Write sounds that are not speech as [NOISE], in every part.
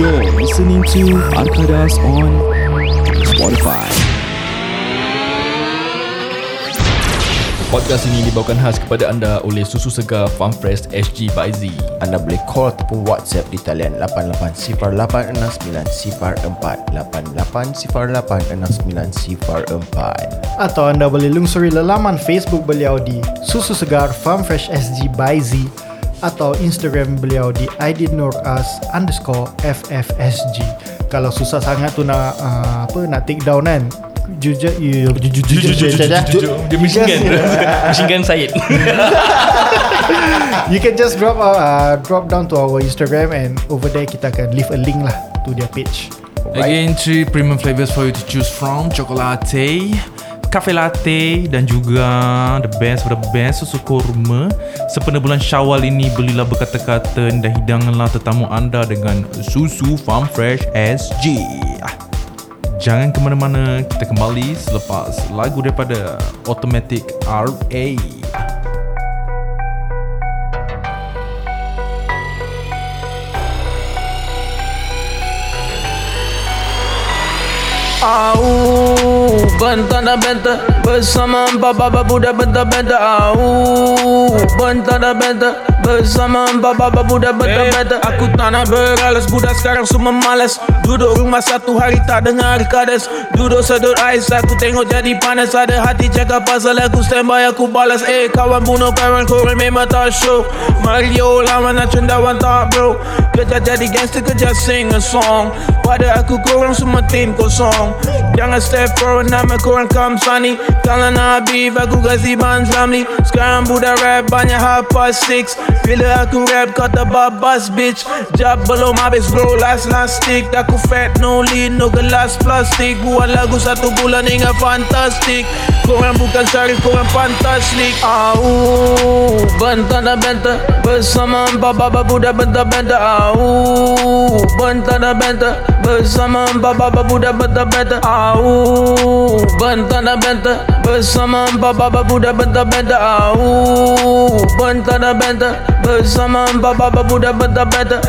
You're listening to Arkadas on Spotify. Podcast ini dibawakan khas kepada anda oleh Susu Segar Farm Fresh SG by Z. Anda boleh call ataupun WhatsApp di talian 88 0869 04 88 0869 04. Atau anda boleh lungsuri lelaman Facebook beliau di Susu Segar Farm Fresh SG by Z atau Instagram beliau di idnuras underscore ffsg kalau susah sangat tu nak uh, apa nak take down kan jujur you jujur jujur jujur Dia machine gun. Machine gun Syed. [LAUGHS] you can just drop uh, drop down to our Instagram and over there kita akan leave a link lah to their page Again, three premium flavors for you to choose from. Chocolate, cafe latte dan juga the best for the best susu kurma. Sempena bulan Syawal ini belilah berkata-kata dan hidanganlah tetamu anda dengan susu Farm Fresh SG. Ah, Jangan ke mana-mana, kita kembali selepas lagu daripada Automatic RA. Au Bentar dan bentar Bersama empat baba budak bentar-bentar Au Bentar dan bentar Bersama empat baba budak bentar-bentar Eh, Aku tak nak beralas Budak sekarang semua malas Duduk rumah satu hari tak dengar kades Duduk sedut ais Aku tengok jadi panas Ada hati cakap pasal aku standby Aku balas Eh kawan bunuh kawan korang memang tak show Mario lawan nak cendawan tak bro Kerja jadi gangster kerja sing a song Pada aku korang semua tim kosong Jangan step forward nama korang kamsani Kalau nak habib aku kasih ban family Sekarang budak rap banyak half past six Bila aku rap kau tak babas bitch Job belum habis bro last last stick Aku fat no lead no gelas plastik Buat lagu satu bulan hingga fantastik Korang bukan syarif korang pantas leak Au Bentar dan bentar Bersama empat baba budak bentar-bentar Au Bentar dan bentar Bersama empat baba budak bentar-bentar Au Bentar dan bentar Bersama empat baba budak bentar-bentar Au Bentar dan bentar Bersama empat baba budak bentar-bentar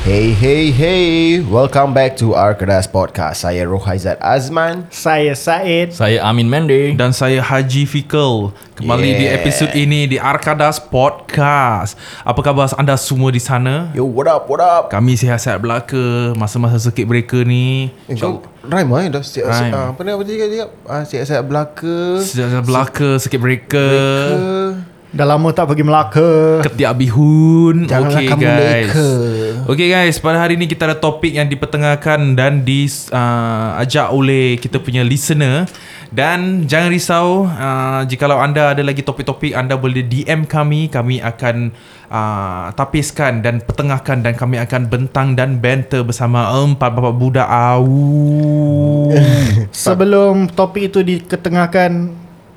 Hey hey hey, welcome back to Arkadas Podcast. Saya Rohaizat Azman. saya Said Saya Amin Mende. Dan saya Haji Fikal Kembali yeah. di Yeah. episod ini di Arkadas Podcast Apa khabar anda semua di sana? Yo, what up, what up? Kami sihat-sihat belaka Masa-masa circuit breaker ni Eh, kau rhyme lah eh, dah siap, Rhyme. siap, ah, apa ni apa dia cakap? Ah, siap-siap belaka. Sihat-sihat belaka Circuit breaker Eh, dah lama tak pergi Melaka Ketiak bihun Janganlah Okay kamu guys leka. Okay guys Pada hari ni kita ada topik yang dipertengahkan Dan diajak oleh kita punya listener Dan jangan risau uh, Jikalau anda ada lagi topik-topik Anda boleh DM kami Kami akan uh, tapiskan dan pertengahkan Dan kami akan bentang dan banter bersama Empat bapak budak Au sebelum topik itu diketengahkan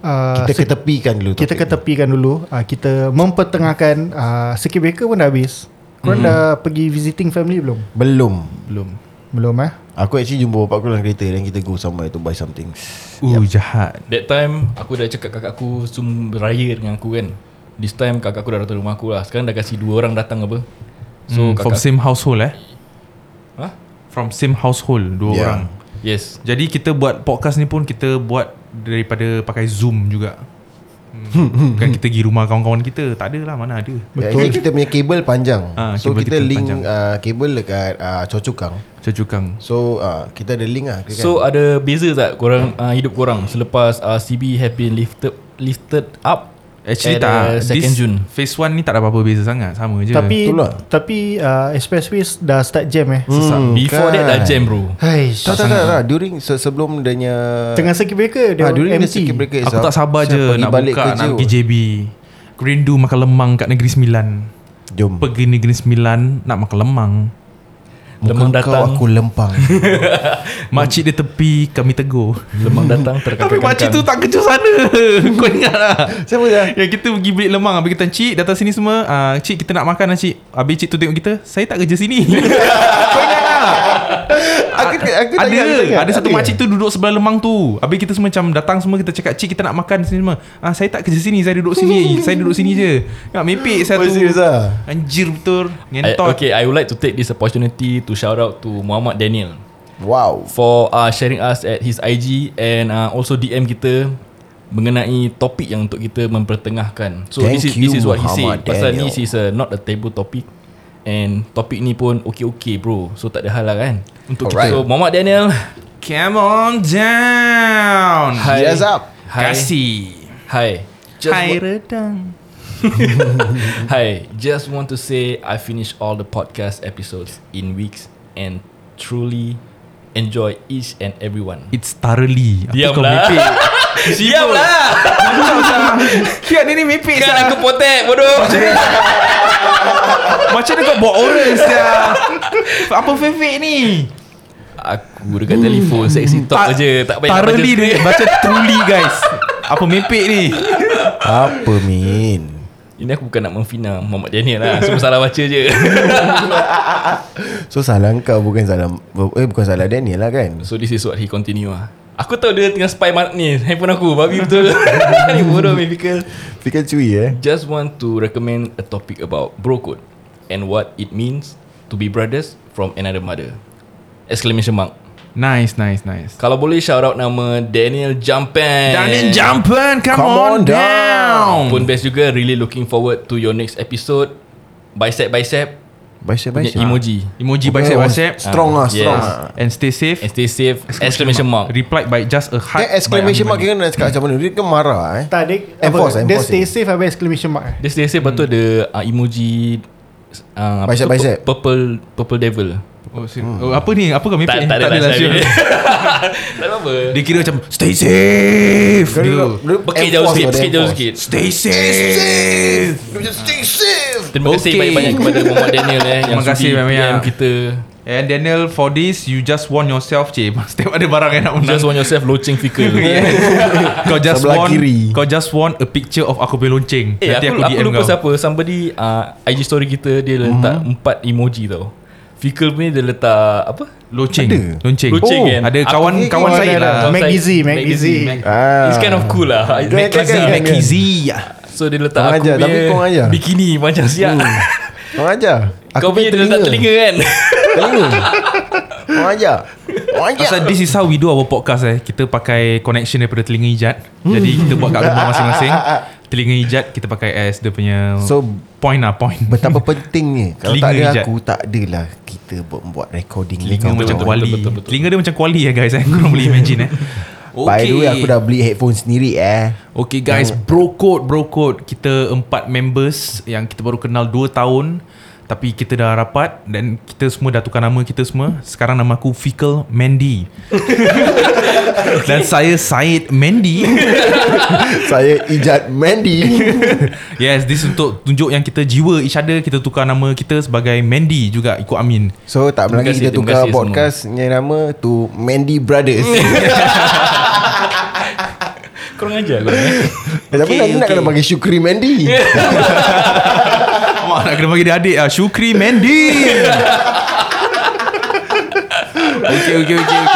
uh, Kita ketepikan dulu kita topik. ketepikan dulu uh, kita mempertengahkan uh, circuit breaker pun dah habis korang mm. dah pergi visiting family belum? Belum belum belum eh Aku actually jumpa bapak aku dalam kereta Dan kita go somewhere to buy something Uh jahat That time aku dah cakap kakak aku Zoom beraya dengan aku kan. This time kakak aku dah datang rumah aku lah. Sekarang dah kasi dua orang datang apa. So So, Hmm, From kakak same household eh Hah? From same household Dua Yeah. orang Yes. Jadi kita buat podcast ni pun kita buat daripada pakai Zoom juga. Hmm. Bukan kita pergi rumah kawan-kawan kita. Tak ada lah mana ada. Betul Actually kita punya kabel panjang Ah, So kabel kita kita link panjang. uh, kabel dekat uh, Cocokang Cocokang. So uh, kita ada link lah kira kan? So ada beza tak korang uh, hidup korang selepas uh, CB have been lifted lifted up Actually at, uh, tak. 2nd June. Phase 1 ni tak ada apa-apa beza sangat. Sama je. tapi itulah. tapi uh, expressways dah start jam eh Hmm. Hmm, Sesak. Before that dah kan. jam bro. Haish. Tak tak tak, tak. During se- sebelum adanya tengah circuit breaker dia ah, During empty the circuit breaker aku itself, tak sabar saya pergi je nak balik buka kerja. nak pergi JB. Aku rindu makan lemang kat Negeri Sembilan. Jom Pergi Negeri Sembilan nak makan lemang. Lemang Muka kau datang. aku [LAUGHS] lempang Makcik dia tepi, kami tegur. Lemang datang [LAUGHS] kan. Tapi makcik tu terkangkang. tak kerja sana. kan. [LAUGHS] Kau ingat lah. Siapa dah? Yang kita pergi beli lemang Habis kita Cik datang sini semua uh, Cik kita nak makan lah cik Habis cik tu tengok kita Saya tak kerja sini Kau ingat lah Aku- [LAUGHS] aku tak ada, ingat, aku tak ingat. ada satu Ada. makcik tu duduk sebelah lemang tu. Habis kita semua macam datang semua kita cakap, "Cik, kita nak makan sini semua." Ah, saya tak kerja sini, saya duduk sini. saya duduk sini je. Nak mepek satu. Oh, serious ah? Anjir betul. I, Ngentot. okay, I would like to take this opportunity to shout out to Muhammad Daniel Wow. for uh, sharing us at his IG and uh, also DM kita mengenai topik yang untuk kita mempertengahkan. So Thank this is you, this is what Muhammad he said. Pasal Daniel. ni is a, not a table topic and topik ni pun okay-okay bro. So tak ada hal lah kan. Untuk Alright. kita. So Muhammad Daniel, Come on down. hi. Hit us up. Hi. Kasih. Hi. Just Hai wa- redang. Hi, just want to say I finished all the podcast episodes in weeks and truly enjoy each and every one. It's thoroughly. Apa Diam kau lah. mepek? [LAUGHS] Diamlah. Kiat ni ni mepek Kan sah. aku potek bodoh. [LAUGHS] Macam mana kau buat oral sia? Apa fefek ni? Aku dekat telefon sexy talk je, tak payah nak Hmm. Ah, Thoroughly baca dia script. baca truly guys. Apa mepek ni? Apa min? Ini aku bukan nak memfina Muhammad Daniel lah. Semua salah baca je. [LAUGHS] So salah kau bukan salah eh bukan salah Daniel lah kan. so this is what he continue lah. Aku tahu dia tengah spy mat ni handphone aku babi [LAUGHS] betul. ni bodoh mythical. Fikir cuy eh. Just want to recommend a topic about bro code and what it means to be brothers from another mother. Exclamation mark. Nice, nice, nice. Kalau boleh shout out nama Daniel Jumpen. Daniel Jumpen, come, Come on, on down. Pun best juga really looking forward to your next episode. Bicep bicep Bicep punya bicep. emoji. Emoji Okay, bicep oh, bicep. Ah. Strong lah, Yes. strong lah. And stay safe. And stay safe. Exclamation mark. Replied by just a heart. Dia exclamation by mark kira nak cakap macam mana Dia kan marah eh Tak dia Enforce, apa, Dia enforce stay ni. safe Habis exclamation mark eh? Dia stay safe betul ada uh, emoji uh, apa tu? Bicep, bicep. Purple Purple Devil. Oh, serious. oh, apa ni? Apa kau [LAUGHS] Tak mepek? ni? tak ada lah. sorry. serious. [LAUGHS] Tak ada apa. Dia kira macam stay safe. Dia- Dia, dia Bekit jauh enforce sikit, tau, dia sikit jauh enforce. sikit. stay safe. Dia macam stay safe Terima kasih Okay. banyak-banyak kepada Muhammad Daniel [LAUGHS] eh yang Terima kasih sudi banyak-banyak. PM kita. And Daniel for this you just warn yourself cik. [LAUGHS] Setiap ada barang yang nak menang. Just want yourself loceng fikir. [LAUGHS] [LAUGHS] kau just Sebelah want kiri. kau just want a picture of aku punya lonceng. Eh Nanti aku, aku, aku, DM lupa kau. siapa Somebody uh, IG story kita Dia letak empat emoji tau Fikir punya dia letak Apa? Loceng. Ada. Lonceng. Loceng oh, kan? Ada Aku kawan fikir kawan kawan saya ada. lah. Kawan Mac saya- Easy, Mac Easy. Ah. It's kind of cool lah Mac kan, Easy kan, Mac kan. Easy Easy ya. So dia letak Korang aku ajar, punya tapi korang ajar. Bikini macam siap Orang ajar Kau punya dia letak telinga kan Telinga Orang ajar Orang Ya. ajar Pasal this is how we do our podcast eh. Kita pakai connection daripada telinga Ijat. Hmm. Jadi kita buat kat [LAUGHS] rumah masing-masing. Telinga Ijat kita pakai as dia punya So, point lah point. Betapa penting ni Kalau tak Telinga ada hijab. aku Tak adalah Kita buat, buat recording ni Telinga kawan-kawan. macam betul, kuali. betul, betul, betul. Telinga dia macam kuali ya guys eh. [LAUGHS] Korang boleh imagine eh. By the way aku dah beli headphone sendiri eh Okay guys, bro code, bro code. Kita empat members yang kita baru kenal 2 tahun. Tapi kita dah rapat dan kita semua dah tukar nama kita semua. Sekarang nama aku Fikal Mandy. dan saya Syed Mandy. Saya Ijat Mandy yes, this is untuk tunjuk yang kita jiwa each other. Kita tukar nama kita sebagai Mandy juga ikut Amin. So tak Terima lagi kasih, kita terima tukar kasih podcast Yang nama tu Mandy Brothers Korang ajar korang eh? Eh, Tapi nanti nak kena panggil Syukri Mandy Mak nak kena panggil dia adik ah. Syukri Mandy. okay, okay, okay, okay.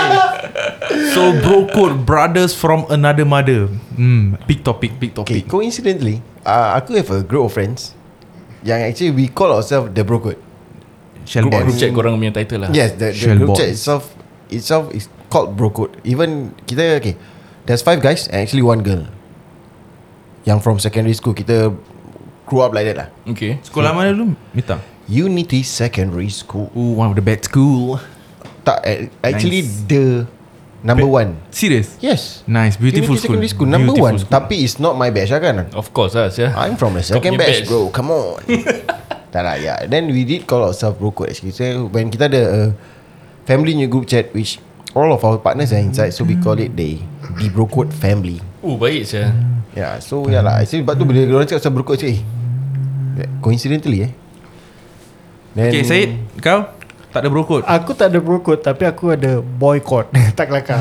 So bro code brothers from another mother. Hmm, big topic, big Okay, topic. coincidentally, uh, aku have a group of friends yang actually we call ourselves the bro code. Shell Group, box. group chat korang punya title lah Ah, Yes, the, the Shell group box. chat itself itself is called bro code. Even kita okay, there's five guys and actually one girl. Yang from secondary school kita grew up like that lah. Okay Sekolah mana dulu? Mita. Unity Secondary School. Oh, one of the best school. Tak eh, actually Nice. the number one. Serious. Yes. Nice, beautiful Unity school. Secondary School number Beautiful one. school. Tapi it's not my batch lah kan. Of course lah Syah. I'm from the Kau second punya batch. batch, bro. Come on. tak lah, yeah. Then we did call ourselves bro code actually. So when kita ada a family new group chat, which all of our partners are inside, so we call it the the bro code family. Oh baik Syah Yeah, so yeah lah. Actually, sebab tu bila orang cakap pasal bro code, cakap, eh, coincidentally eh. Then, Okay, Syed, kau tak ada bro code. Aku tak ada bro code Tapi aku ada boycott [LAUGHS] Tak [LAUGHS] kelakar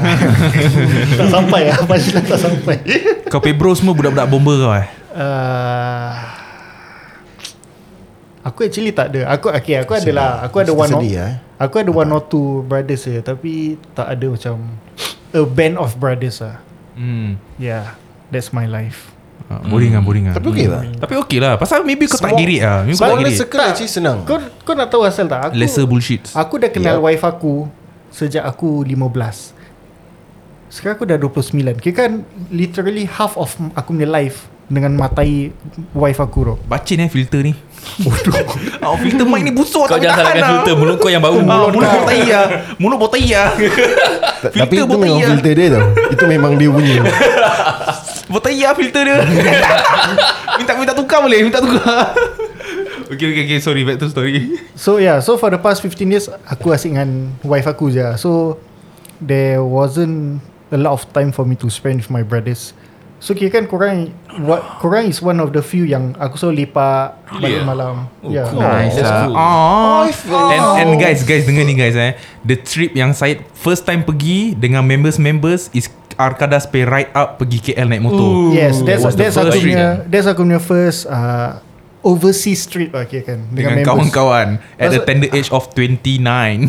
Tak sampai lah Pastilah tak sampai Kau pay bro semua budak-budak bomba kau eh. uh, Aku actually tak ada. Aku okay, aku ada lah. Aku ada Sedih one or, eh. Aku ada one or two brothers je tapi tak ada macam a band of brothers ah. Hmm. Yeah, that's my life. Ah, boring ah, boring ah. Tapi okay lah Tapi okay lah. Pasal maybe kau Small- tak girik ah. Maybe kau tak Small girik. circle actually senang Kau kau nak tahu asal tak? Aku Lesser bullshit. Aku dah kenal Yup. wife aku sejak aku 15. Sekarang aku dah 29. Kira kan literally half of aku punya life dengan matai wife aku bro. Bacin eh filter ni. Bodoh. [LAUGHS] oh, filter mic ni busuk Kau tak jangan tahan salahkan lah. filter Mulut kau yang bau Ah, Mulut mulut botai [LAUGHS] ya. Mulut botai [LAUGHS] ya. Ta- Tapi itu botai memang ya. filter dia tau Itu memang dia punya Botai ya filter [LAUGHS] dia. minta minta tukar boleh, minta tukar. [LAUGHS] okay, okay, okay. Sorry, back to [LAUGHS] story. So yeah, so for the past 15 years aku asyik dengan wife aku je. So there wasn't a lot of time for me to spend with my brothers. So kira kan korang what, korang is one of the few yang aku selalu lepak Yeah. balik malam. Oh, yeah. cool. Nice That's lah. cool. Oh, and, and guys, guys dengar ni guys eh. The trip yang Syed first time pergi dengan members-members is Arkadas pay ride up pergi KL naik motor. Yes, that's What's the that's first aku trip punya that's aku punya first uh, overseas trip lah kira kan Dengan members. kawan-kawan at the tender age of 29. 28 Twenty-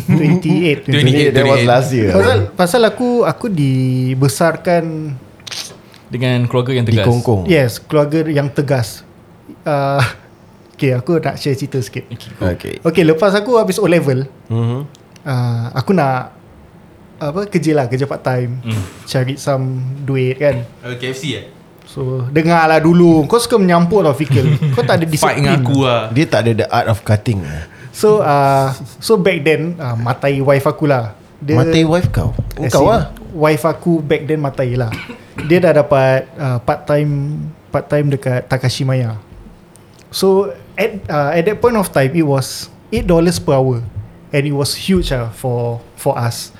28. Twenty-eight, That was twenty-eight. last year Pasal pasal aku aku dibesarkan Dengan keluarga yang Di tegas Oh. Kongkong yes keluarga yang tegas. Uh, [LAUGHS] okay, aku nak share cerita sikit. Okay Okay lepas aku habis O level Mhm. uh, Aku nak Apa kerja lah Kerja part time Mm. Cari some duit kan [LAUGHS] Uh, KFC eh? So dengar lah dulu Kau suka menyampuk tau Fikir Kau tak ada Fight disiplin dengan aku lah. Dia tak ada the art of cutting So uh, So back then uh, Matai wife aku lah Dia- Matai wife kau as Kau in, lah Wife aku back then matai lah Dia dah dapat uh, part time Part time dekat Takashimaya So at uh, at that point of time It was $8 per hour And it was huge lah for for us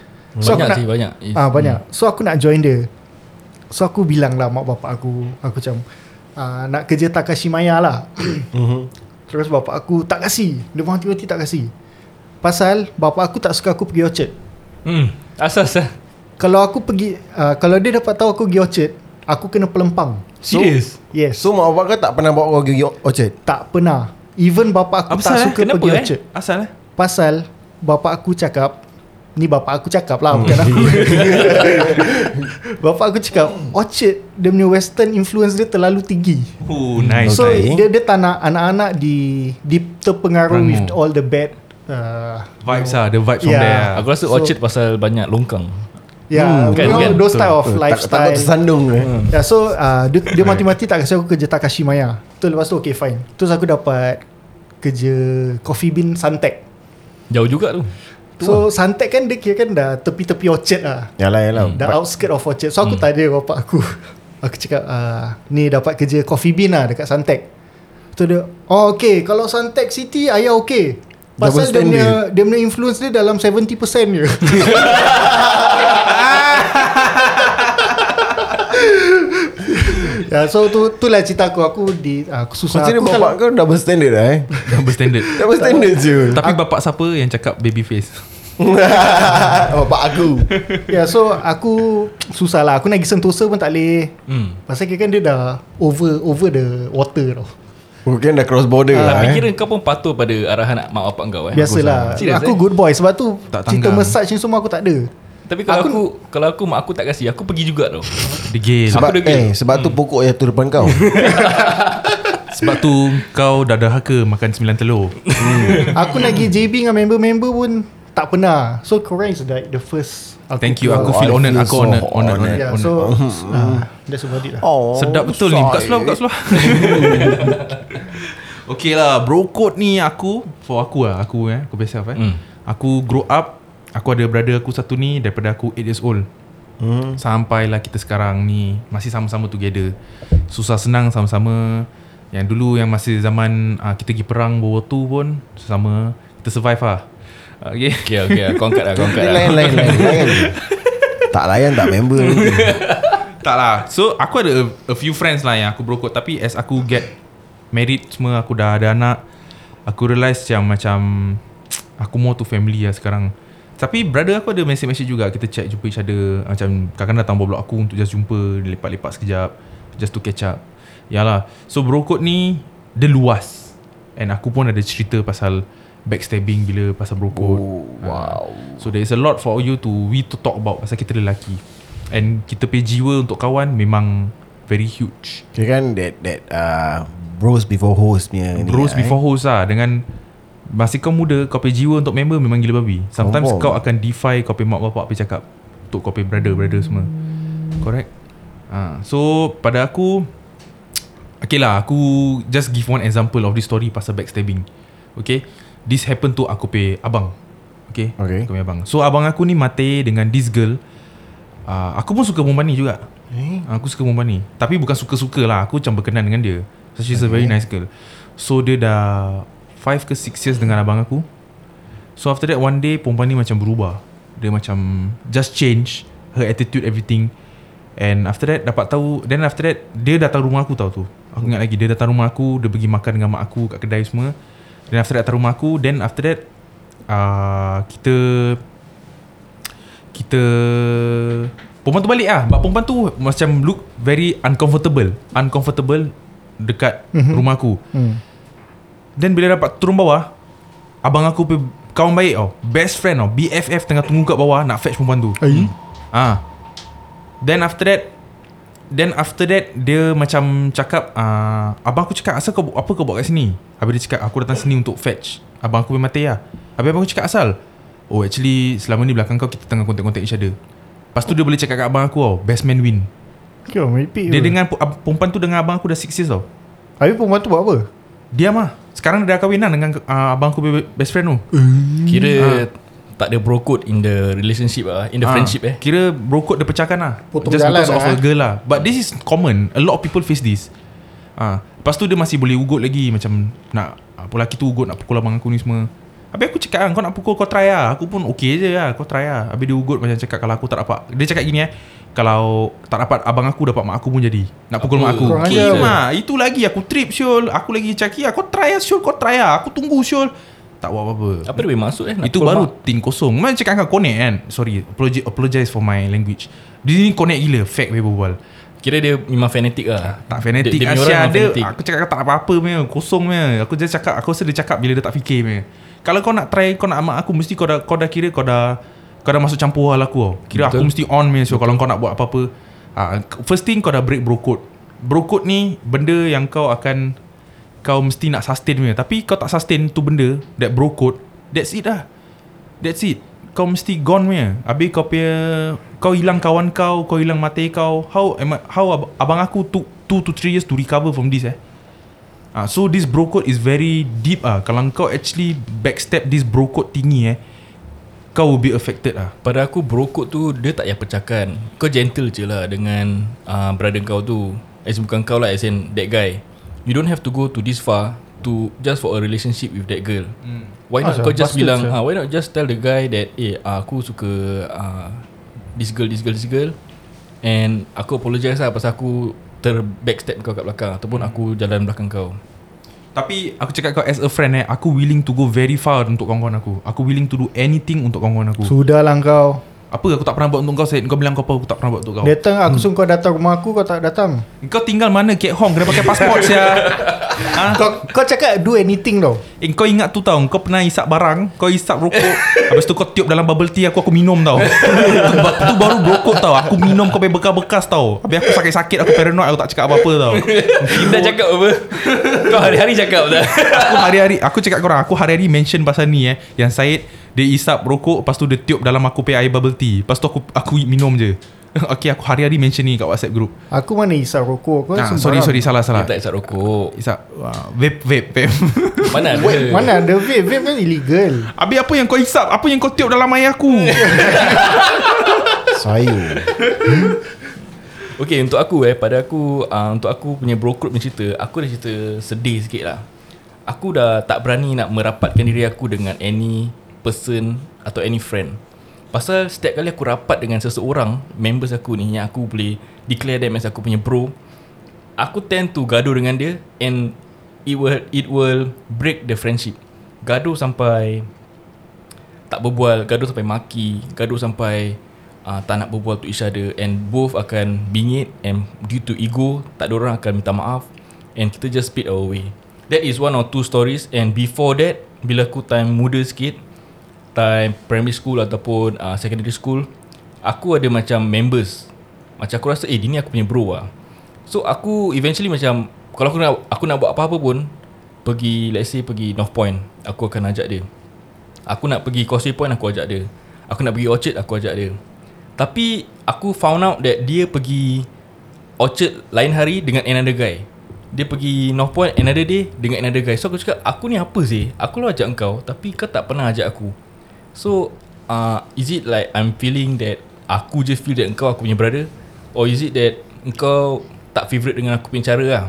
So Banyak aku sih Hmm. nak, banyak Yes. Ah banyak. So aku nak join dia. So aku bilang lah mak bapak aku, aku macam ah, nak kerja Takashimaya lah. Terus bapak aku tak kasih. Dia memang tiba-tiba tak kasih. Pasal bapak aku tak suka aku pergi Orchard. hmm. Asas lah Kalau aku pergi ah, kalau dia dapat tahu aku pergi Orchard, aku kena pelempang. Serius Yes. So mak bapak kau tak pernah bawa kau pergi Orchard tak pernah. Even bapak aku Apa tak salah? suka Kenapa pergi eh? Orchard. Asal eh? Pasal Bapak aku cakap Ni bapak aku cakap lah Hmm. Bukan [LAUGHS] aku Bapak aku cakap Orchard Dia punya western influence dia terlalu tinggi Oh, nice. So nice. dia, dia tak nak anak-anak di, di Terpengaruh Perangu. with all the bad uh, vibes ah, the vibes from Yeah. there. Aku rasa So- orchard pasal banyak longkang Yeah, Hmm, kan, ya, you know, kan. those type of Eh, Tak lifestyle. takut tersandung eh Yeah, so uh, dia, dia mati-mati tak kasi aku kerja Takashimaya. Tu lepas tu okay fine. Terus aku dapat kerja Coffee Bean Suntec. Jauh juga tu So Suntec kan dia kira kan dah tepi-tepi Orchard lah. Yalah yalah The outskirt of Orchard So aku Hmm. tanya bapak aku [LAUGHS] Aku cakap ah, Ni dapat kerja Coffee Bean lah Dekat Suntec Tu dia Oh okay Kalau Suntec City Ayah okay Pasal Double dia punya, standard. dia punya influence dia dalam 70% je [LAUGHS] Ya, so tu itulah cerita aku aku di ah, aku susah Consider aku bapak kau double standard lah eh double standard. Double standard je Tapi Ah. bapak siapa yang cakap baby face? [LAUGHS] Bapak aku Ya yeah, so aku susah lah aku nak pergi Sentosa pun tak boleh. Hmm. Pasal kira kan dia dah over over the water tau. Mungkin dah cross border lah Tapi eh kira kau pun patuh pada arahan mak bapak kau eh Biasalah Serius, Aku eh? good boy Sebab tu Tak Cerita tanggang. massage ni semua aku tak ada Tapi kalau Aku- aku, Kalau aku mak aku tak kasih Aku pergi juga tau The gay. lah. Sebab, Sebab, Aku degil. eh, sebab tu pokok yang tu depan kau sebab tu kau dah dahaka makan sembilan telur. Aku nak pergi JB dengan member-member pun Tak pernah So korang is like the first aku Thank you. Aku Oh, keluar. feel I honored. feel Aku so honored. Honored. honored, Yeah, honored. [LAUGHS] so uh, That's about it lah [LAUGHS] oh, Sedap betul ni Buka seluar Buka seluar Okay lah Bro code ni aku For aku lah Aku eh Aku biasa eh Hmm. Aku grow up Aku ada brother aku satu ni Daripada aku 8 years old hmm. Sampailah kita sekarang ni Masih sama-sama together Susah senang sama-sama Yang dulu yang masih zaman uh, Kita pergi perang World War 2 pun Sama Kita survive lah Okay Okay okay Kau angkat lah Kau angkat Dia lah lain lain lain lain Tak layan tak member nanti Tak lah So aku ada a, a few friends lah Yang aku brokot Tapi as aku get Married semua Aku dah ada anak Aku realise macam Macam Aku more to family lah sekarang Tapi brother aku ada message-message juga Kita chat jumpa each other Macam kadang-kadang datang blok aku Untuk just jumpa Lepak-lepak sekejap Just to catch up Yalah So brokot ni Dia luas And aku pun ada cerita pasal backstabbing bila pasal berokok. Oh, wow. So there is a lot for you to we to talk about pasal kita lelaki. And kita pay jiwa untuk kawan memang very huge. Kira kan that that uh, bros before host punya ni Bros lah, eh. before host lah dengan masih kau muda kau pay jiwa untuk member memang gila babi. Sometimes Confirm. kau akan defy kau pay mak bapak pay cakap untuk kau pay brother-brother semua. Correct? Ha, so pada aku Okay lah aku just give one example of this story pasal backstabbing. Okay? This happen to aku pay abang. Okay? Okay. Aku punya abang. So abang aku ni mate dengan this girl. Uh, aku pun suka perempuan ni juga. Eh? Aku suka perempuan ni. Tapi bukan suka-suka lah. Aku macam berkenan dengan dia. So she's okay. a very nice girl. So dia dah 5 ke 6 years dengan abang aku. So after that one day perempuan ni macam berubah. Dia macam just change her attitude everything. And after that dapat tahu then after that dia datang rumah aku tahu tu. Aku ingat lagi dia datang rumah aku, dia pergi makan dengan mak aku kat kedai semua. Then after that datang rumah aku, then after that uh, kita kita perempuan tu balik ah. But perempuan tu macam look very uncomfortable, uncomfortable dekat mm-hmm. rumah aku. Hmm. Then bila dapat turun bawah Abang aku pe Kawan baik tau Best friend oh, tau BFF tengah tunggu kat bawah Nak fetch perempuan tu Eh? Ah, Then after that Then after that Dia macam cakap uh, Abang aku cakap Asal kau apa kau buat kat sini Habis dia cakap Aku datang sini untuk fetch Abang aku punya mati lah Habis abang aku cakap asal Oh actually Selama ni belakang kau Kita tengah kontak-kontak each other Lepas tu dia boleh cakap kat abang aku tau Best man win Kira meripik Dia ke? dengan Perempuan tu dengan abang aku dah 6 years tau Habis perempuan tu buat apa? Diam lah Sekarang dia dah kahwin lah Dengan uh, abang aku punya best friend tu Kira tak ada bro code in the relationship ah, in the Ah, friendship eh. Kira bro code dia pecahkan lah Potong Just jalan because lah, of a eh. girl lah But this is common A lot of people face this Ah, Lepas tu dia masih boleh ugut lagi Macam nak Apa lelaki tu ugut Nak pukul abang aku ni semua Habis aku cakap lah Kau nak pukul kau try lah Aku pun okay je lah Kau try lah Habis dia ugut macam cakap Kalau aku tak dapat Dia cakap gini eh Kalau tak dapat Abang aku dapat mak aku pun jadi Nak pukul Apa? mak aku Kurang ajar. Kim lah Itu lagi aku trip Syul Aku lagi cakap Kau try lah Syul Kau try lah Aku tunggu Syul Tak buat apa-apa Apa dia boleh maksud eh? nak itu call baru mak? ting kosong Memang cakap dengan connect kan Sorry apologize, apologize for my language Dia ni connect gila Fact baby berbual Kira dia memang fanatik lah. Tak fanatik Dia- dia punya Asia orang memang ada fanatik. Aku cakap tak apa-apa punya Kosong punya Aku just cakap Aku rasa dia cakap Bila dia tak fikir punya Kalau kau nak try Kau nak amat aku Mesti kau dah, kau dah kira Kau dah Kau dah masuk campur hal aku tau. Kira Betul. aku mesti on punya So kalau kau nak buat apa-apa ah, First thing kau dah break bro code Bro code ni Benda yang kau akan Kau mesti nak sustain punya Tapi kau tak sustain tu benda That bro code That's it lah That's it Kau mesti gone punya Habis kau punya Kau hilang kawan kau Kau hilang mata kau How am I, How ab- abang aku took 2 to 3 years to recover from this eh Ah, so this bro code is very deep ah. Kalau kau actually backstab this bro code tinggi eh, kau will be affected ah. Pada aku bro code tu dia tak payah pecahkan. Kau gentle je lah dengan uh, brother kau tu. As in bukan kau lah as in that guy. You don't have to go to this far to just for a relationship with that girl. Mm. Why not Ah, kau sia, just bastard, bilang sia. ah why not just tell the guy that eh ah, aku suka ah, this girl this girl this girl and aku apologize lah pasal aku ter backstab kau kat belakang ataupun aku jalan belakang [LAUGHS] kau. Tapi aku cakap kau as a friend eh, aku willing to go very far untuk kawan-kawan aku. Aku willing to do anything untuk kawan-kawan aku. So, Sudahlah kau. apa aku tak pernah buat untuk kau Syed? Kau bilang kau apa aku tak pernah buat untuk kau. Datang aku suruh kau datang rumah aku kau tak datang. Kau tinggal mana Kek Hong kena pakai pasport sia. Ah, Kau kau cakap do anything tau. Eh, kau ingat tu tau Kau pernah isap barang Kau isap rokok [LAUGHS] Habis tu kau tiup dalam bubble tea Aku aku minum tau tu, ba- tu baru berokok tau Aku minum kau punya bekas-bekas tau Habis aku sakit-sakit Aku paranoid Aku tak cakap apa-apa tau Kita cakap apa? [LAUGHS] kau hari-hari cakap dah. Aku hari-hari Aku cakap korang Aku hari-hari mention pasal ni eh Yang Syed Dia isap rokok Lepas tu dia tiup dalam aku punya air bubble tea Lepas tu aku aku minum je [LAUGHS] Okay aku hari-hari mention ni kat whatsapp group Aku mana Oh, isap rokok kau nah, sembarang. Ah, Sorry sorry Dia salah-salah [LAUGHS] tak isap rokok. Isap uh, Vape vape [LAUGHS] vape Mana ada? Mana ada vape Vape kan illegal Habis apa yang kau hisap Apa yang kau tiup dalam air aku [LAUGHS] Sayu Okay untuk aku eh Pada aku uh, Untuk aku punya bro code punya cerita Aku ada cerita sedih sikit lah Aku dah tak berani nak merapatkan diri aku Dengan any person Atau any friend Pasal setiap kali aku rapat dengan seseorang Members aku ni Yang aku boleh Declare them as aku punya bro Aku tend to gaduh dengan dia And It will It will Break the friendship Gaduh sampai tak berbual gaduh sampai maki gaduh sampai uh, tak nak berbual to each other and both akan bingit and due to ego tak ada orang akan minta maaf and kita just speed our way That is one or two stories And before that Bila aku time muda sikit Time primary school Ataupun uh, secondary school Aku ada macam members Macam aku rasa Eh dia ni aku punya bro lah So aku eventually macam Kalau aku nak Aku nak buat apa-apa pun Pergi let's say pergi North Point Aku akan ajak dia Aku nak pergi Causeway Point Aku ajak dia Aku nak pergi Orchard Aku ajak dia Tapi Aku found out that Dia pergi Orchard lain hari Dengan another guy Dia pergi North Point Another day Dengan another guy So aku cakap Aku ni apa sih Aku lah ajak kau Tapi kau tak pernah ajak aku So uh, Is it like I'm feeling that Aku je feel that Engkau aku punya brother Or is it that Engkau Tak favourite dengan aku punya cara lah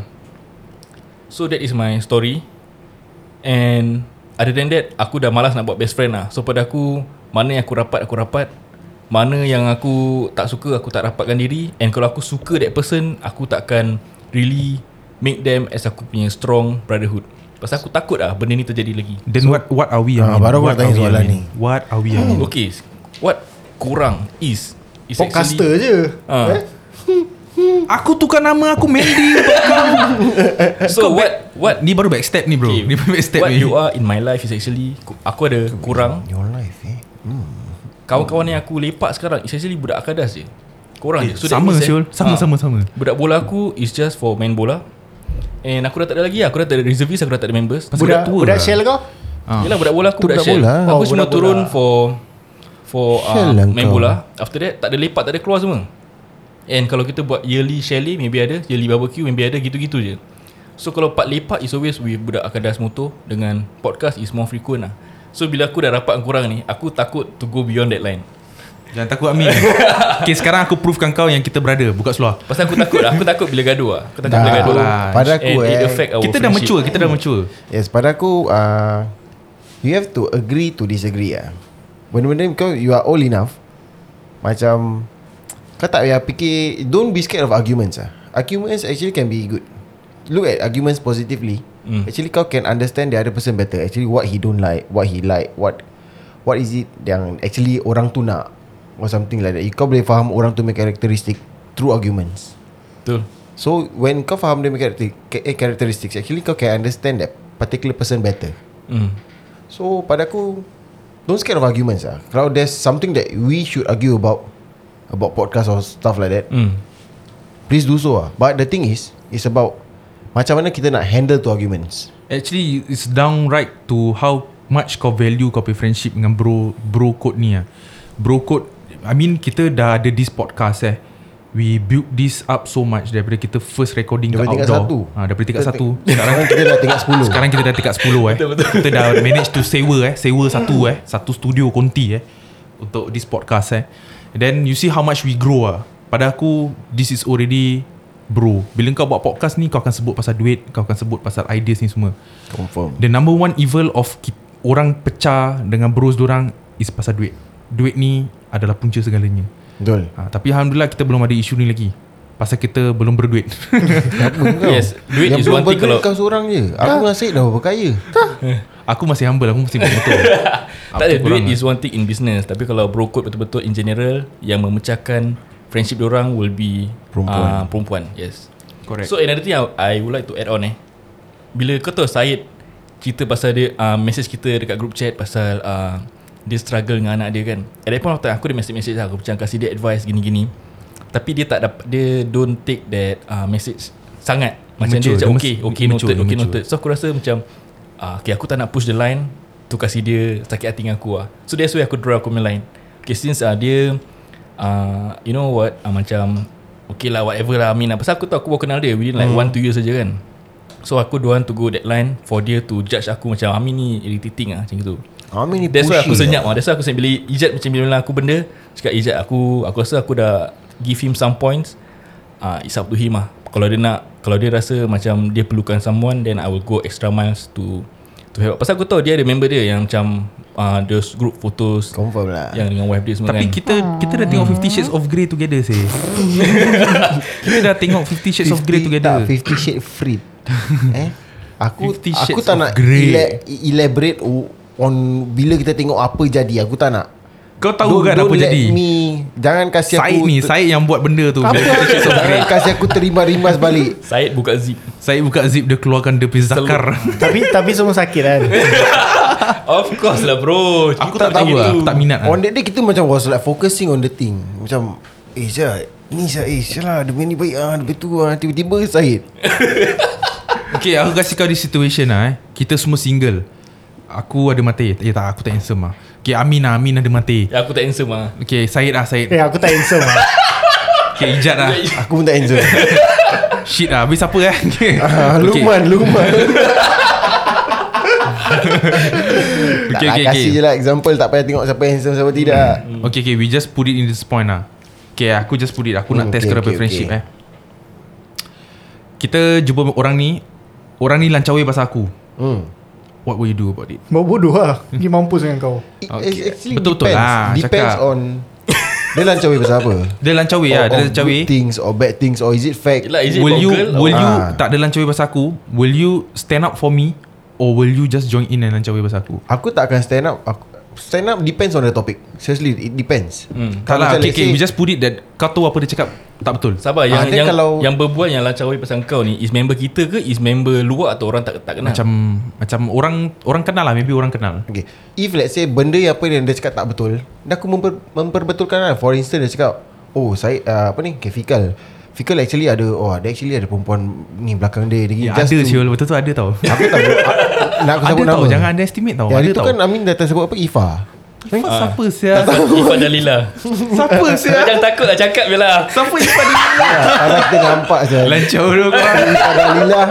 So that is my story And Other than that Aku dah malas nak buat best friend lah So pada aku Mana yang aku rapat Aku rapat Mana yang aku Tak suka Aku tak rapatkan diri And kalau aku suka that person Aku takkan Really Make them as aku punya strong brotherhood Pasal aku takut lah Benda ni terjadi lagi Then so, what what are we? Ah, Amin? baru aku What nak tanya are we, soalan Amin? ni. What are we? Amin? Okay What kurang is is Podcaster je Ah. eh? Aku tukar nama [LAUGHS] aku Mandy. actually, So what What ni baru backstab Eh? ni bro. okay, Ni baru backstab What ni. you are in my life is actually ku- Aku ada kurang Your life eh Kawan-kawan yang aku lepak sekarang Is actually budak akadas je Korang Eh, je that sama means that- Syul. Sama Ah. sama sama. Budak bola aku is just for main bola. And aku dah tak ada lagi lah. Aku dah tak ada reservist Aku dah tak ada members Pasal Budak, tua budak lah. Shell kau Ah. Yelah budak bola aku Tu budak, budak shell bola. Aku Oh, semua budak turun bola. for For uh, Shell lah main kau. bola After that tak ada lepak Tak ada keluar semua And kalau kita buat yearly chalet Maybe ada Yearly barbecue Maybe ada gitu-gitu je So kalau part lepak Is always with budak akadas motor Dengan podcast is more frequent lah So bila aku dah rapat dengan korang ni Aku takut to go beyond that line Jangan takut Amin. [LAUGHS] okay, sekarang aku provekan kau yang kita berada. Buka seluar. Pasal aku takut lah Aku takut bila gaduh lah Aku takut bila gaduh lah. Pada aku And it eh affect our Kita dah friendship. mature, kita dah mature. Yes pada aku uh, You have to agree to disagree lah Benda-benda kau You are old enough Macam Kau tak payah fikir Don't be scared of arguments lah Arguments actually can be good Look at arguments positively Hmm. mm. Actually kau can understand The other person better Actually what he don't like What he like What What is it Yang actually orang tu nak Or something like that Kau boleh faham Orang tu punya characteristic Through arguments Betul So when kau faham dia punya character- ca- eh, characteristics Actually kau can understand that Particular person better Hmm So pada aku Don't scared of arguments lah Kalau there's something that We should argue about About podcast or stuff like that Hmm Please do so lah But the thing is It's about Macam mana kita nak handle to arguments Actually it's downright to how much kau value kau punya friendship dengan bro bro code ni ah. Bro code I mean kita dah ada this podcast eh. We build this up so much daripada kita first recording Daripada tingkat kat satu outdoor. Ah daripada tingkat satu. Sekarang kita dah tingkat 10 Sekarang kita dah tingkat 10 eh. Kita dah manage to sewa eh, sewa Hmm. satu eh, satu studio konti eh untuk this podcast eh. And then you see how much we grow ah. Pada aku this is already bro. Bila kau buat podcast ni kau akan sebut pasal duit, kau akan sebut pasal ideas ni semua. Confirm The number one evil of ki- orang pecah dengan bros orang is pasal duit. Duit ni adalah punca segalanya. Betul Ha, tapi alhamdulillah kita belum ada isu ni lagi. Pasal kita belum berduit. [LAUGHS] Yes Duit Yang is belum one thing kalau berduit kau seorang je Aku dengan Syed dah berapa kaya aku masih humble, aku masih motor. Tak ada duit is one thing in business Tapi kalau bro code betul-betul in general Yang memecahkan friendship orang will be Perempuan. ah, Perempuan Yes Correct. So another thing I, I would like to add on eh Bila kau tahu Syed Cerita pasal dia uh, Message kita dekat group chat Pasal uh, Dia struggle dengan anak dia kan At that point of time Aku ada message-message lah Aku macam kasih dia advice Gini-gini Tapi dia tak dapat Dia don't take that uh, Message Sangat Macam Mature. dia macam Dia Okay, mas- okay mature, noted dia Okay mature. noted So aku rasa macam uh, Okay aku tak nak push the line Tu kasih dia Sakit hati dengan aku lah So that's why aku draw aku punya line Okay since uh, dia uh, You know what uh, Macam Okay lah whatever lah Amin lah Pasal aku tahu aku baru kenal dia Within like 1-2 years saja kan So aku don't want to go that line For dia to judge aku Macam Amin ni irritating lah Macam gitu Amin ni That's why aku pushy senyap lah. That's why aku senyap Bila Ijat macam bila aku benda Cakap Ijat aku Aku rasa aku dah Give him some points uh, It's up to him lah Kalau dia nak Kalau dia rasa macam Dia perlukan someone Then I will go extra miles to To help Pasal aku tahu dia ada member dia Yang macam uh, Those group photos Confirm lah Yang dengan wife dia semua kan Tapi kita kita dah tengok Fifty Shades of Grey together [LAUGHS] sih. kita dah tengok Fifty Shades of Grey 50 together. Tak, 50 Shades [LAUGHS] Free. eh? Aku 50 aku Shades tak of nak Grey. ele- elaborate o- on bila kita tengok apa jadi. Aku tak nak. Kau tahu kan apa let jadi me, Jangan kasih Said aku ni Said yang buat benda tu Apa? jangan kasih aku terima rimas balik Syed buka zip Said buka zip Dia keluarkan Dia punya zakar tapi tapi semua sakit [LAUGHS] kan. Of course lah bro Aku tak tahu lah Aku tak minat lah On that day kita macam was like focusing on the thing. Macam eh Syah, ni Syah, eh Syah lah, dia punya ni baik ah, dia punya tu ah. Tiba-tiba Syed. Okay aku kasih kau di situation lah eh. Kita semua single Aku ada mati Eh tak aku tak handsome lah Okay Amin lah Amin ada mati Ya aku tak handsome lah Okay Said lah Said Eh aku tak handsome lah. Okay Ijat [LAUGHS] lah Aku pun tak [LAUGHS] enjoy. Shit lah Habis apa eh okay. Ah, Luman, [LAUGHS] Luman. Okay tak okay okay, okay kasih je lah example tak payah tengok siapa handsome siapa tidak. Okay okay We just put it in this point lah Okay aku just put it Aku nak Hmm, test okay, kau okay, okay, friendship okay. eh Kita jumpa orang ni Orang ni lancawi pasal aku Hmm. What will you do about it? Mau bodoh lah. Pergi mampus dengan kau. It Okay. okay. actually Betul-betul depends, lah, depends cakap. [LAUGHS] on dia lancawi pasal apa? Dia lancawi Or- lah or Dia lancawi Oh, good things or bad things or is it fact? Yelah is it Will about you girl or- Will you Ah. Tak ada lancawi pasal aku Will you stand up for me Or will you just join in And lancawi pasal aku Aku tak akan stand up. Aku, stand up depends on the topic. Seriously, it depends. Hmm. Tak lah okay, okay, We just put it that Kau tahu apa dia cakap Tak betul Sabar Ah, yang dia yang, kalau- yang berbual yang lancawi pasal kau ni is member kita ke is member luar atau orang tak tak kenal? Macam Macam orang Orang kenal lah Maybe orang kenal Okay. If let's say benda yang apa yang dia cakap tak betul, dan aku memper, memperbetulkan lah. For instance dia cakap, "Oh, saya uh, apa ni? Okay, Fikal. Fikal actually ada oh, dia actually ada perempuan ni belakang dia lagi Ya, ada siul Betul tu ada tau Aku tak boleh- a- nak aku Ada sebut tau nama. Jangan underestimate tau Yang Ada itu tau kan Amin dah tersebut apa Ifa. [LAUGHS] Ifan siapa sia? Ifan Jalila. [LAUGHS] Siapa sia? Jangan takut lah cakap je lah. Siapa Ifan Jalila? Ya, Anak kita nampak saja. Lancau dulu kau. Ifa Dalila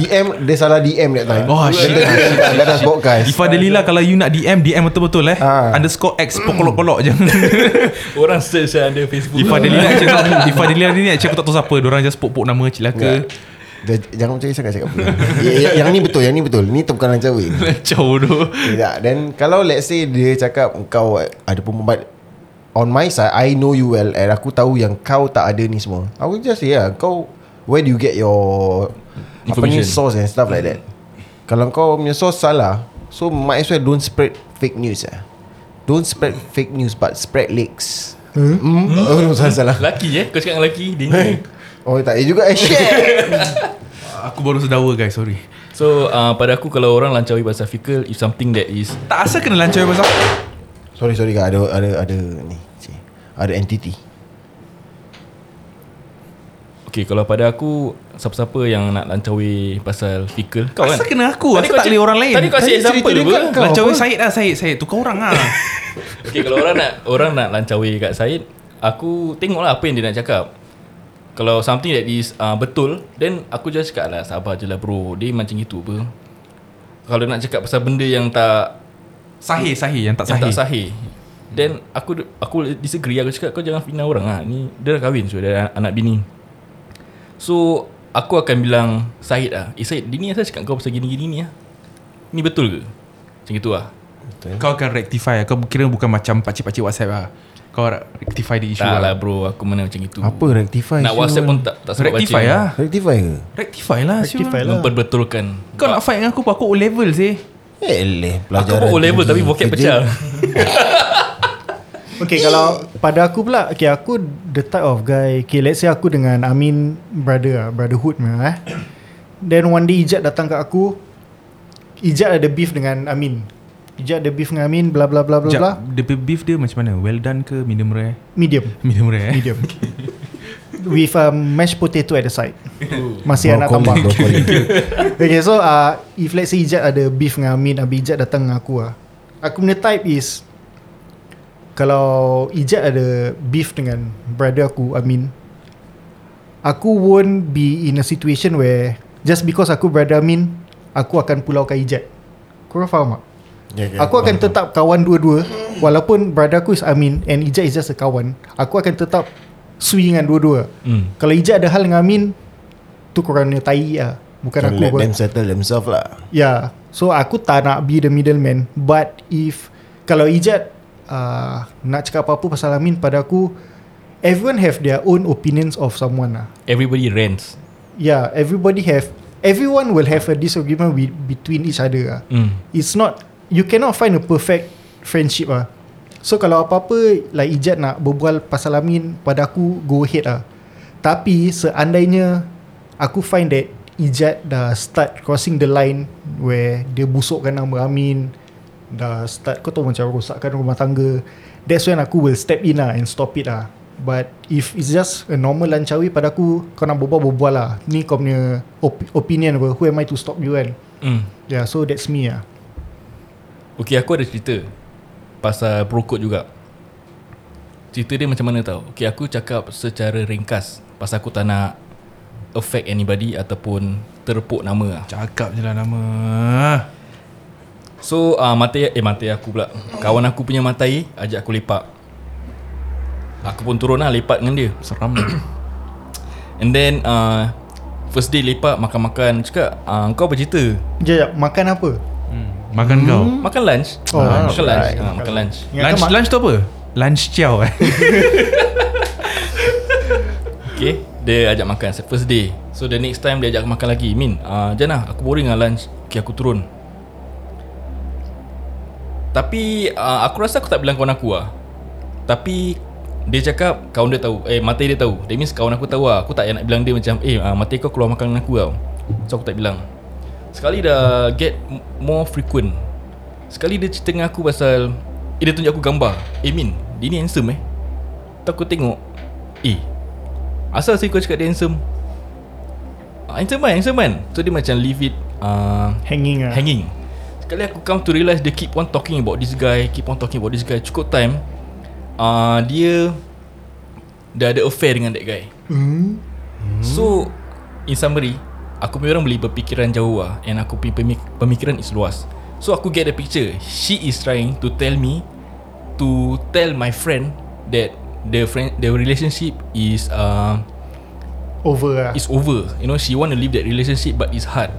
DM dia salah DM that time. Oh, Dia shit. dah DM kat Ganas Podcast. Ifan Delila kalau you nak DM DM betul-betul eh. Ah. Underscore X pokolok-kolok je. [LAUGHS] Orang search lah ada Facebook. Ifan Delila actually tak Ifan Delila ni actually aku tak tahu siapa. Diorang just pok-pok nama celaka. Dia, jangan percaya sangat cakap benda. Ya, ya, yang ni betul, yang ni betul. Ni tu bukan rancawi. Lancau dulu. Tidak. Then kalau let's say dia cakap kau ada perempuan on my side I know you well and aku tahu yang kau tak ada ni semua. Aku just say yeah, kau where do you get your apa ni Information. source and stuff like that. Kalau kau punya source salah, so might as well don't spread fake news eh. Don't spread fake news but spread leaks. Hmm? Oh, salah salah. Lelaki eh Kau cakap dengan lelaki Dia ni Oh, tak ada juga eh. Shit. Aku baru sedawa guys, sorry. So uh, pada aku Kalau orang lancawi pasal fikir If something that is Tak asal kena lancar pasal. [LAUGHS] sorry sorry kak, ada ada ada ni. cik. Ada entity. Okay kalau pada aku Siapa-siapa yang nak lancawi Pasal fikir Kau kan Asal kena aku, Tadi kau asal tak boleh cakap- orang lain. Tadi kau Tadi asyik example cerita dulu dia kan kau. Lancawi apa? Syed lah Syed Syed Tukar orang [LAUGHS] lah Okay kalau orang nak Orang nak lancawi kat Syed Aku tengoklah apa yang dia nak cakap Kalau something that is uh, Betul Then aku just cakap lah Sabar je lah bro Dia macam gitu apa Kalau nak cakap pasal benda yang tak Sahih Sahih Yang tak Yang sahih tak sahih Then aku aku disagree Aku cakap kau jangan fitnah orang lah Ni dia dah kahwin so Dia ada anak bini So Aku akan bilang Syed lah Eh Syed Dia ni asal cakap kau pasal gini-gini ni lah Ni betul ke? Macam gitu lah Kau akan rectify Kau kira bukan macam Pakcik-pakcik whatsapp lah Kau nak rectify the issue Tak lah bro Aku mana macam gitu Apa rectify? Nak Syul? whatsapp pun tak, tak sempat baca Rectify lah Rectify ke? Rectify lah Rectify Rectify lah. Memperbetulkan Kau nak fight dengan aku Aku O level sih Eh leh Aku pelajaran buat O-level tinggi. tapi vocab Kerja- pecah [LAUGHS] Okay kalau pada aku pula Okay aku the type of guy Okay let's say aku dengan Amin brother lah Brotherhood memang eh Then one day Ijat datang kat aku Ijat ada beef dengan Amin Ijat ada beef dengan Amin bla bla bla bla bla Sekejap Dia punya beef dia macam mana Well done ke Medium rare [LAUGHS] Medium Medium rare eh? Medium With a mashed potato at the side Masih Brokoli, anak tambah brokoli. [LAUGHS] Okay so uh, If let's say Ijat ada beef dengan Amin Habis Ijat datang dengan aku lah Aku punya type is Kalau Ijat ada beef dengan Brother aku Amin Aku won't be in a situation where Just because aku brother Amin Aku akan pulaukan Ijat Korang faham tak? Ya, ya. Aku akan tetap kawan dua-dua Walaupun brother aku is Amin And Ijat is just a kawan Aku akan tetap Sui dengan dua-dua Hmm. Kalau Ijat ada hal dengan Amin Tu korang punya tai lah Bukan Can aku let korang- them settle themselves lah. Yeah. So aku tak nak be the middleman. But if kalau Ijat uh, nak cakap apa-apa pasal Amin pada aku everyone have their own opinions of someone lah. Everybody rants Yeah, everybody have everyone will have a disagreement with, between each other lah. Hmm. It's not you cannot find a perfect friendship ah. So kalau apa-apa like Ijat nak berbual pasal Amin pada aku go ahead lah. Tapi seandainya aku find that Ijat dah start crossing the line where dia busukkan nama Amin dah start kau tahu macam rosakkan rumah tangga that's when aku will step in lah and stop it lah but if it's just a normal lancawi pada aku kau nak berbual-berbual lah ni kau punya op- opinion apa who am I to stop you kan mm. yeah so that's me lah Okay aku ada cerita Pasal bro code juga Cerita dia macam mana tau Okay aku cakap secara ringkas Pasal aku tak nak Affect anybody Ataupun Terpuk nama lah Cakap je lah nama So uh, mata Eh mata aku pula Kawan aku punya matai Ajak aku lepak Aku pun turun lah lepak dengan dia Seram lah [CLEARS THROAT] And then uh, First day lepak Makan-makan Cakap uh, Kau apa cerita Sekejap, sekejap. makan apa? Makan kau Makan lunch Oh, Ah, Makan lunch right. Ah, Makan lunch Lunch, Ingatkan lunch tu apa? Lunch ciao eh Okay Dia ajak makan First day So the next time Dia ajak aku makan lagi Min uh, Jana aku boring lah lunch Okay aku turun Tapi uh, Aku rasa aku tak bilang kawan aku lah Tapi Dia cakap Kawan dia tahu Eh mata dia tahu That means kawan aku tahu lah Aku tak payah nak bilang dia macam Eh uh, mata kau keluar makan dengan aku tau So aku tak bilang Sekali dah Get m- more frequent Sekali dia cerita dengan aku pasal Eh dia tunjuk aku gambar Eh Min Dia ni handsome eh Tu aku tengok Eh Asal saya kau cakap dia handsome Ah, Handsome man, handsome man So dia macam leave it uh, Hanging lah hanging Sekali aku come to realise Dia keep on talking about this guy Keep on talking about this guy Cukup time uh, Dia Dah ada affair dengan that guy hmm. So In summary Aku punya orang boleh berfikiran jauh lah And aku punya pemik- pemikiran is luas So aku get the picture She is trying to tell me To tell my friend That The friend the relationship is uh, Over lah It's over You know she want to leave that relationship But it's hard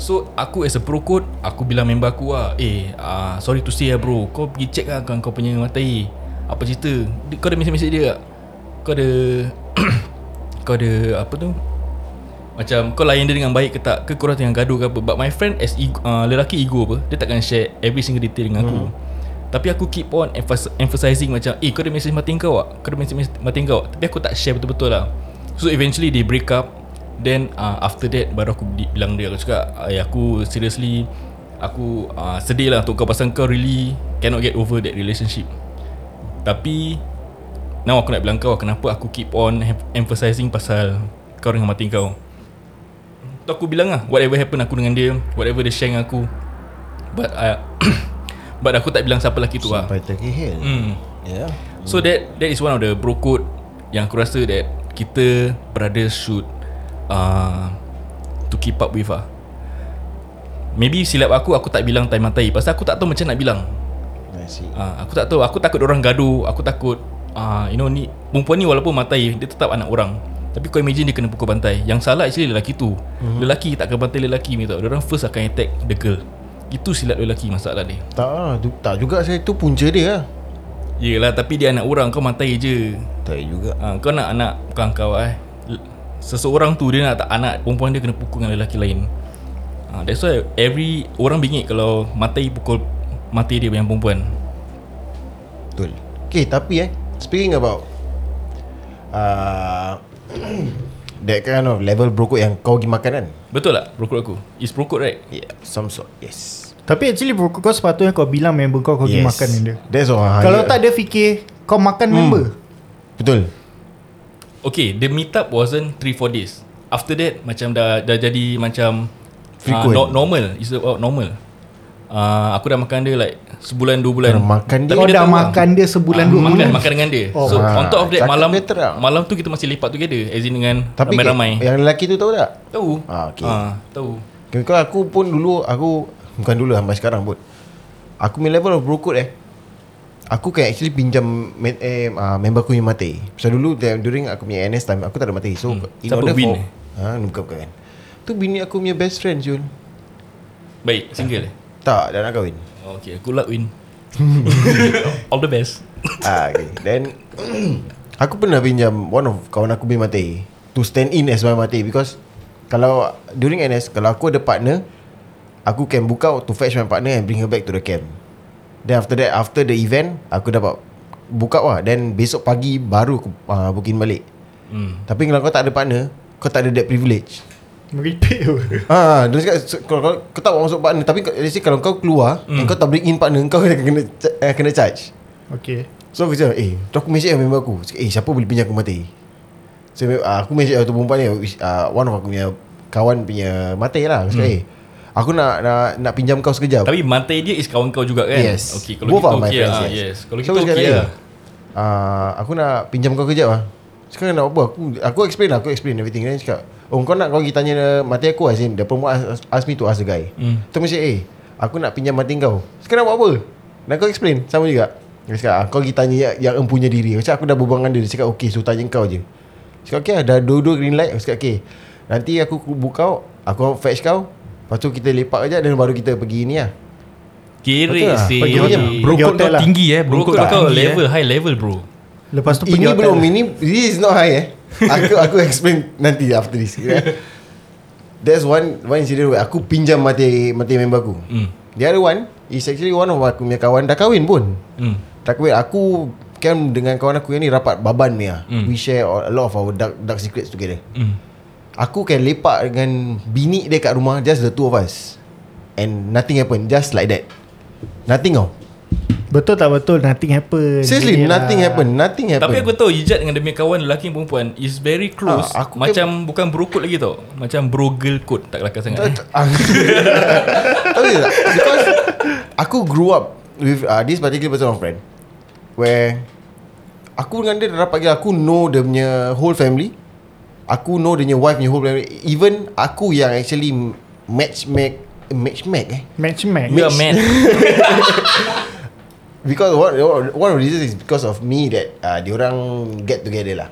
So aku as a pro code Aku bilang member aku lah Eh uh, sorry to say lah bro Kau pergi check lah kan kau punya matai Apa cerita Dia- Kau ada message-message dia tak Kau ada [CLEARS THROAT] Kau ada apa tu Macam kau layan dia dengan baik ke tak Ke korang tengah gaduh ke apa But my friend as ego, uh, lelaki ego apa Dia takkan share every single detail dengan aku Tapi aku keep on emphas- emphasizing macam Eh kau ada message mati kau tak Kau ada message mati kau tak Tapi aku tak share betul-betul lah So eventually they break up Then uh, after that baru aku di- bilang dia Aku cakap "Ay, Aku seriously Aku uh, sedih lah untuk kau Pasal kau really cannot get over that relationship Tapi Now aku nak bilang kau Kenapa aku keep on em- Emphasizing pasal Kau dengan mati kau Tu aku bilang lah Whatever happen aku dengan dia Whatever dia share dengan aku But uh, [COUGHS] But aku tak bilang siapa lelaki tu lah Sampai terkehil hmm. Ya yeah. So that That is one of the bro code Yang aku rasa that Kita Brothers should uh, To keep up with lah Maybe silap aku Aku tak bilang time matai Pasal aku tak tahu macam nak bilang I see Ah, aku tak tahu Aku takut orang gaduh Aku takut ah, You know ni Perempuan ni walaupun matai Dia tetap anak orang Tapi kau imagine dia kena pukul bantai Yang salah actually lelaki tu mm-hmm. Lelaki tak akan bantai lelaki ni tau Dia orang first akan attack the girl Itu silap lelaki masalah dia Tak lah tu- Tak juga saya tu punca dia lah Yelah tapi dia anak orang Kau matai je Tak juga ah, Kau nak anak Bukan kau eh L- Seseorang tu dia nak tak anak Perempuan dia kena pukul dengan lelaki lain ah, That's why every Orang bingit kalau Matai pukul Mati dia yang perempuan Betul Okay tapi eh Speaking about uh, [CLEARS THROAT] That kind of level brokot yang kau pergi makan kan Betul tak Perokok aku Is perokok right Yeah Some sort Yes Tapi actually bro, kau sepatutnya kau bilang member kau kau yes. pergi Hmm. makan dengan dia That's all ah, Kalau yeah. tak dia fikir kau makan member Betul Okay The meet up wasn't 3-4 days After that Macam dah Dah jadi macam Frequent. uh, no, Normal It's about normal uh, Aku dah makan dia like Sebulan dua bulan Kena makan dia. Tapi Kau Oh, dah tahu lah. makan dia sebulan Ah, dua makan, bulan Makan dengan dia Oh. oh. So Ah, on top of that cakap Malam dia terang. Malam tu kita masih lepak together As in dengan Tapi Ramai-ramai Yang lelaki tu tahu tak Tahu Ah, okay. Ah, Tahu Kau aku pun dulu Aku Bukan dulu lah, sampai sekarang pun Aku punya level of brokot eh Aku kan actually pinjam me- eh, uh, Member aku punya mati Pasal dulu time- During aku punya NS time Aku tak ada mati So hmm. Siapa Win eh? ha, Bukan bukan kan Tu bini aku punya best friend Jul Baik single eh? Tak dah nak kahwin Okay Good luck [LAUGHS] win All the best ah, okay. Then [CLEARS THROAT] Aku pernah pinjam One of kawan aku punya mati To stand in as my mati Because Kalau During NS Kalau aku ada partner Aku can book out To fetch my partner And bring her back to the camp Then after that After the event Aku dapat Book out lah Then besok pagi Baru aku uh, booking balik hmm. Tapi kalau kau tak ada partner Kau tak ada that privilege Meripik tu Ha, dia cakap so, kalau, kalau kau tak bawa masuk partner tapi kau- let's say kalau kau keluar mm. kau tak bring in partner kau [LAUGHS] kena kena, eh, kena charge. Okay So aku cakap Eh tu aku message lah member aku Cakap, Eh siapa boleh pinjam aku mati So mem- ah, aku message satu perempuan ni which, ah, One of aku punya Kawan punya mati lah Aku cakap eh Aku nak, nak nak pinjam kau sekejap Tapi mantai dia is kawan kau juga kan? Yes Okay, kalau kita are my okay friends, lah. Yes. yes. Kalau kita aku cakap, okay "Eh, lah. ah, Aku nak pinjam kau kejap lah Sekarang nak apa Aku aku explain lah Aku explain everything Then dia cakap Oh kau nak kau pergi tanya dia, mati aku as in, The perempuan ask, ask me to ask the guy Hmm. mm. Tu mesti eh Aku nak pinjam mati kau Sekarang nak buat apa Dan kau explain Sama juga Dia cakap ah, Kau pergi tanya yang, yang empunya diri Macam aku dah berbual dengan dia Dia cakap okay So tanya kau je Cakap okay lah Dah dua-dua green light Aku cakap okay Nanti aku buka Aku fetch kau Lepas tu kita lepak kejap Dan baru kita pergi ni lah Kira Betul lah. sih. Pergi Kau [LAUGHS] macam tu- Bro Pergi kau hotel kau lah. tinggi eh Bro, Bro kau, kau kau tinggi eh level, high level bro. Lepas tu pergi Ini hotel belum Ini This is not high [LAUGHS] eh Aku aku explain Nanti after this okay? There's one One incident where Aku pinjam mati Mati member aku Hmm. The other one Is actually one of aku punya kawan Dah kahwin pun Hmm. Dah kahwin Aku Kan dengan kawan aku yang ni Rapat baban ni lah Hmm. We share a lot of our dark, dark secrets together Hmm. Aku can lepak dengan Bini dia kat rumah Just the two of us And nothing happen Just like that Nothing tau Betul tak betul Nothing happen lah. Seriously Yelah. Nothing happen Nothing happen Tapi aku tahu Ijat dengan demi kawan lelaki dan perempuan is very close. Ah, aku macam bukan bro code lagi tau. Macam bro girl code tak kelakar sangat. eh. Ah. Tahu tak? Because aku grew up with uh, this particular person of friend where aku dengan dia dah rapat gila. Aku know dia punya whole family. Aku know dia punya wife punya whole family. Even aku yang actually match make match make eh. Match match You are mad. Because one, one of the reasons is because of me that uh, diorang get together lah.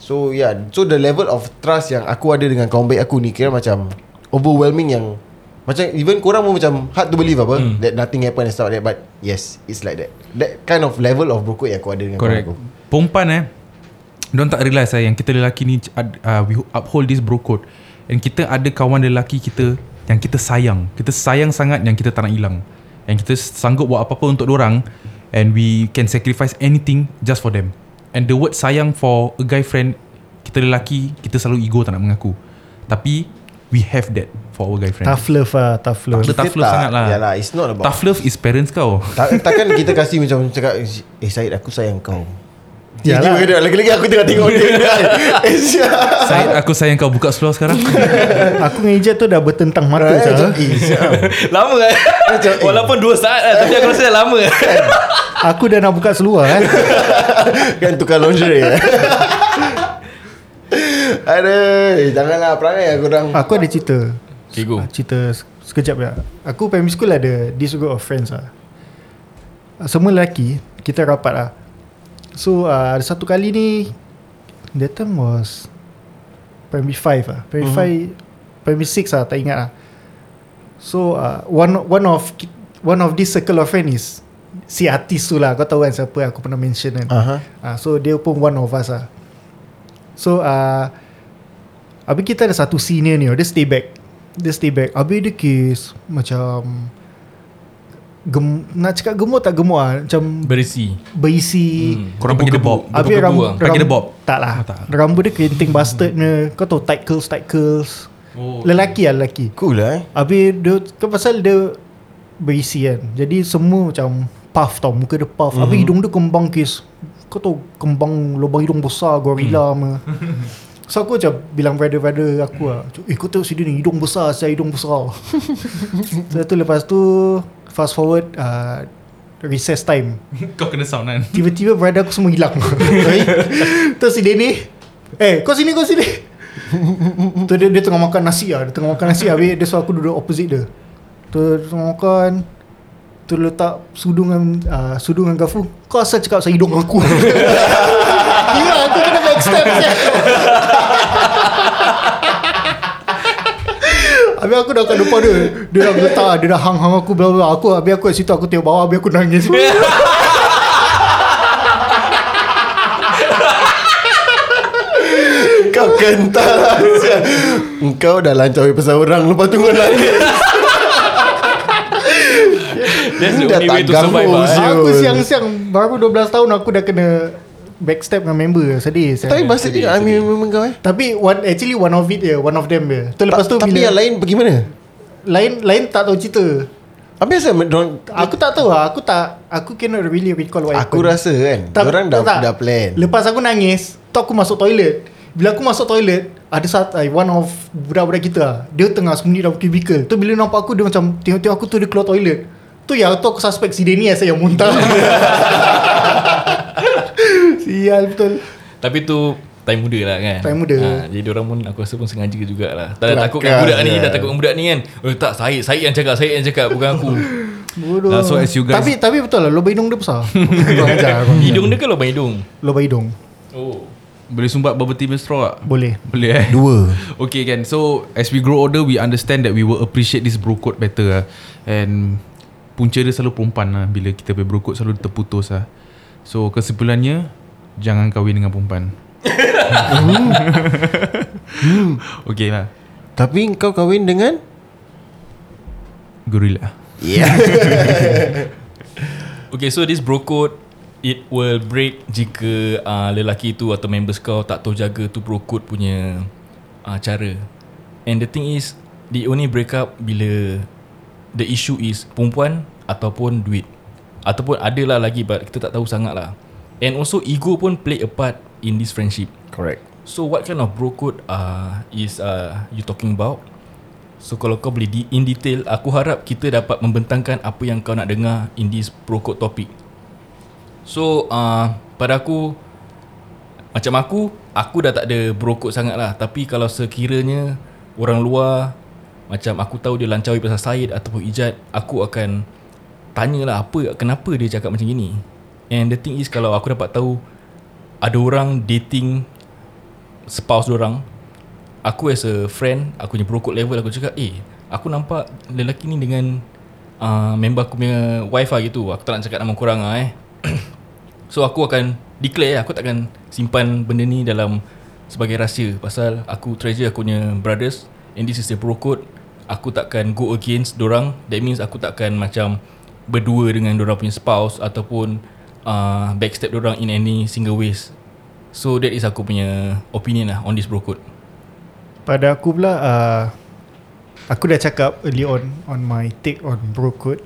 So yeah, so the level of trust yang aku ada dengan kawan baik aku ni kira macam overwhelming yang macam even korang pun macam hard to believe apa mm. Hmm. that nothing happen and stuff like that but yes it's like that that kind of level of broker yang aku ada dengan kawan Correct aku Perempuan eh Diorang tak realise lah Yang kita lelaki ni ad- uh, We uphold this bro code And kita ada kawan lelaki kita Yang kita sayang Kita sayang sangat Yang kita tak nak hilang Yang kita sanggup buat apa-apa untuk orang And we can sacrifice anything Just for them And the word sayang for a guy friend Kita lelaki Kita selalu ego tak nak mengaku Tapi We have that For our guy friend Tough love lah Tough love Tough Kita love sangat lah. yalah it's not about Tough love is parents kau Ta- takkan kita kasih macam cakap eh Syed aku sayang kau Yalah. Tiba-tiba dia- Lagi-lagi aku tengah tengok dia [LAUGHS] Eh siap Syed aku sayang kau Buka seluar [LAUGHS] sekarang Aku dengan Ijat tu dah bertentang mata Eh, je macam, eh, siap. [LAUGHS] lama [LAUGHS] eh. Macam, eh. Walaupun 2 saat lah tapi aku rasa dah [LAUGHS] lama. Aku dah nak buka seluar kan Kan tukar lingerie [LAUGHS] eh? Aduh Eh, Janganlah perangai aku orang Ah, Aku ada cerita Okay, go. Ah, Cerita se- sekejap ya. Aku primary school ada This group of friends lah Ah, Semua lelaki Kita rapat lah So uh, ada satu kali ni That time was Primary 5 lah Primary Mhm. 5 Primary 6 lah Tak ingat lah So uh, one one of ki- One of this circle of friends is Si artis tu lah Kau tahu kan siapa yang aku pernah mention kan Aha. Ah, so dia pun one of us lah. So uh, Habis kita ada satu senior ni oh, Dia stay back Dia stay back Habis dia kes Macam gem, Nak cakap gemuk tak gemuk lah Macam Berisi. berisi Hmm. Korang panggil dia Bob Habis Gebu-gebu ram, ah. ram, Panggil dia [LAUGHS] Bob. Tak lah Oh, tak. Rambut dia kerinting bastard ni Kau tahu tight curls Tight curls Oh. Lelaki lah lelaki Cool lah eh Habis dia Kan pasal dia Berisi kan Jadi semua macam Puff tau Muka dia puff Habis hidung dia kembang kes Kau tahu Kembang Lubang hidung besar Gorilla mm. So aku macam Bilang brother-brother aku lah macam, Eh kau tengok sini ni Hidung besar Saya hidung besar Lepas tu lepas tu Fast forward uh, Recess time Kau kena sound kan Tiba-tiba brother aku semua hilang Terus si Denny Eh kau sini kau sini Tu dia, dia tengah makan nasi lah Dia tengah makan nasi Habis dia suruh aku duduk opposite dia Tu dia tengah makan Tu letak sudu dengan uh, Sudu dengan Gafu Kau asal cakap saya hidung aku [LAUGHS] Gila aku kena backstab je Habis aku dah kat depan dia Dia dah letak Dia dah hang-hang aku bla bla Aku habis aku kat situ Aku tengok bawah Habis aku nangis Kau kental lah sial. Engkau dah lancawi pasal orang Lepas tu kau nangis That's the Dah only tak way to ganggu survive lah. sial. Aku siang-siang Baru 12 tahun Aku dah kena Backstab dengan member Sedih saya. [LAUGHS] Tapi bahasa sedih, dia Ami sedih. memang kau eh Tapi one, actually one of it je One of them je Tu lepas Ta- tu Tapi bila yang lain pergi mana lain lain tak tahu cerita Habis lah, asal mereka- Aku tak tahu lah Aku tak Aku cannot really recall what Aku happened. rasa kan Tak- Orang dah tak- tak. dah plan Lepas aku nangis Tu aku masuk toilet Bila aku masuk toilet Ada satu One of Budak-budak kita lah, Dia tengah sembunyi dalam cubicle Tu bila nampak aku Dia macam Tengok-tengok aku tu dia keluar toilet Tu yang tu aku suspect Si Denny asal yang [LAUGHS] muntah Sial betul Tapi tu Time muda lah kan Time muda. Jadi orang pun Aku rasa pun sengaja jugalah Tak ada Kelakar takutkan budak ni je. Dah takutkan budak ni kan Oh tak Syed Syed yang cakap Syed yang cakap Bukan [LAUGHS] aku Bodoh Nah, so as you guys- Tapi tapi betul lah Lubang hidung dia [LAUGHS] besar Kau ajar kau. Hidung dia ke lubang hidung Lubang hidung Oh Boleh sumbat bubble tea punya straw tak? Boleh Boleh eh? Dua [LAUGHS] Okay kan So as we grow older We understand that we will appreciate This bro code better lah. And Punca dia selalu perempuan lah Bila kita punya bro code Selalu terputus lah So kesimpulannya Jangan kahwin dengan perempuan [LAUGHS] Okay lah Tapi kau kahwin dengan Gorilla Okay so this bro code It will break jika uh, lelaki tu atau members kau tak tahu jaga tu bro code punya uh, cara. And the thing is they only break up bila the issue is perempuan ataupun duit. Ataupun adalah lagi but kita tak tahu sangat lah. And also ego pun play a part in this friendship. Correct So what kind of bro code uh, is uh, you talking about? So kalau kau boleh di, in detail, aku harap kita dapat membentangkan apa yang kau nak dengar in this bro code topic. So uh, pada aku, macam aku, aku dah tak ada bro code sangat lah. Tapi kalau sekiranya orang luar, macam aku tahu dia lancawi pasal Syed ataupun Ijat, aku akan tanyalah apa, kenapa dia cakap macam gini. And the thing is kalau aku dapat tahu ada orang dating spouse orang aku as a friend aku punya perokok level aku cakap eh aku nampak lelaki ni dengan uh, member aku punya wife lah gitu aku tak nak cakap nama korang lah eh [CLEARS THROAT] so aku akan declare lah. aku takkan simpan benda ni dalam sebagai rahsia pasal aku treasure aku punya brothers and this is the perokok aku takkan go against dorang that means aku takkan macam berdua dengan dorang punya spouse ataupun uh, backstab dorang in any single ways So that is aku punya opinion lah on this bro code. Pada aku pula uh, Aku dah cakap early on On my take on bro code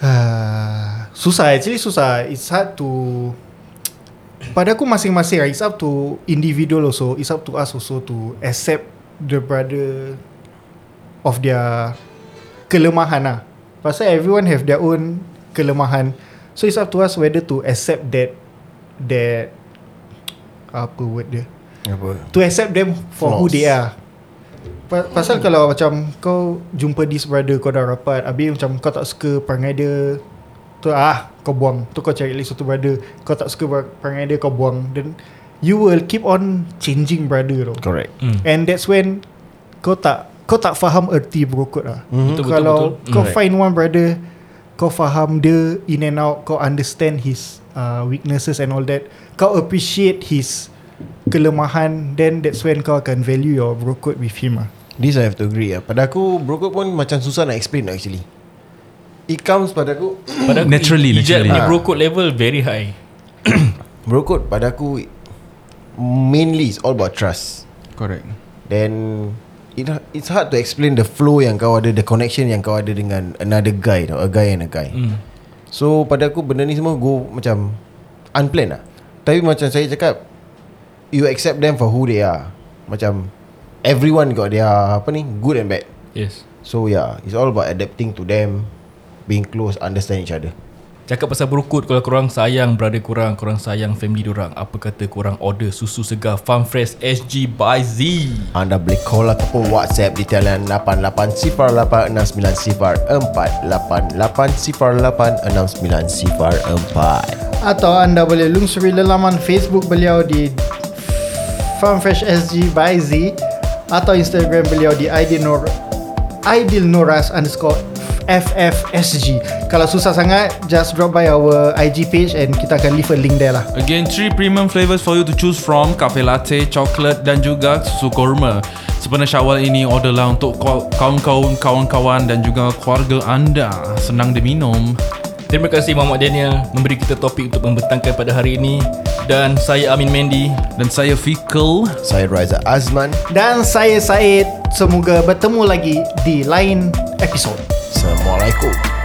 uh, Susah actually susah It's hard to Pada aku masing-masing right? It's up to individual also It's up to us also to accept The brother Of their Kelemahan lah Pasal everyone have their own Kelemahan So it's up to us whether to accept that That Apa word dia Apa to accept them for Flaws. who Flaws. they are. Pa- pasal kalau macam kau jumpa this brother kau dah rapat, habis macam kau tak suka perangai dia, tu ah kau buang. Tu kau cari lagi satu brother, kau tak suka per- perangai dia kau buang. Then you will keep on changing brother tau. Correct Hmm. And that's when kau tak kau tak faham erti bro code lah. Mhm. Betul, betul, kalau betul. kau Alright. find one brother, kau faham dia in and out, kau understand his uh, weaknesses and all that. Kau appreciate his kelemahan, then that's when kau akan value your bro code with him ah. This I have to agree lah Pada aku Bro code pun macam susah nak explain lah actually It comes pada aku Pada Naturally, Ijat naturally. punya Ah. bro code level very high. Bro code pada aku Mainly it's all about trust Correct Then it, It's hard to explain the flow yang kau ada The connection yang kau ada dengan Another guy tau A guy and a guy Hmm. So pada aku benda ni semua Go macam Unplanned lah Tapi macam saya cakap You accept them for who they are Macam Everyone got their Apa ni Good and bad Yes. So yeah It's all about adapting to them Being close Understand each other Cakap pasal bro code kalau korang sayang brother korang, korang sayang family dorang, apa kata korang order susu segar Farm Fresh SG by Z. Anda boleh call ataupun WhatsApp di talian 88 08 69 04 88 08 69 04 Atau anda boleh lungsuri lelaman Facebook beliau di Farmfresh SG by Z atau Instagram beliau di Aidil Nur Aidil Noras underscore FFSG. Kalau susah sangat, just drop by our IG page and kita akan leave a link there lah. Again, 3 premium flavours for you to choose from Cafe Latte, Chocolate dan juga Susu Korma Sepanjang Syawal ini orderlah untuk kau- kawan-kawan, kawan-kawan dan juga keluarga anda senang diminum. Terima kasih Muhammad Daniel memberi kita topik untuk membentangkan pada hari ini dan saya Amin Mendy. Dan saya Fikal Saya Raza Azman Dan saya Said Semoga bertemu lagi di lain episod Assalamualaikum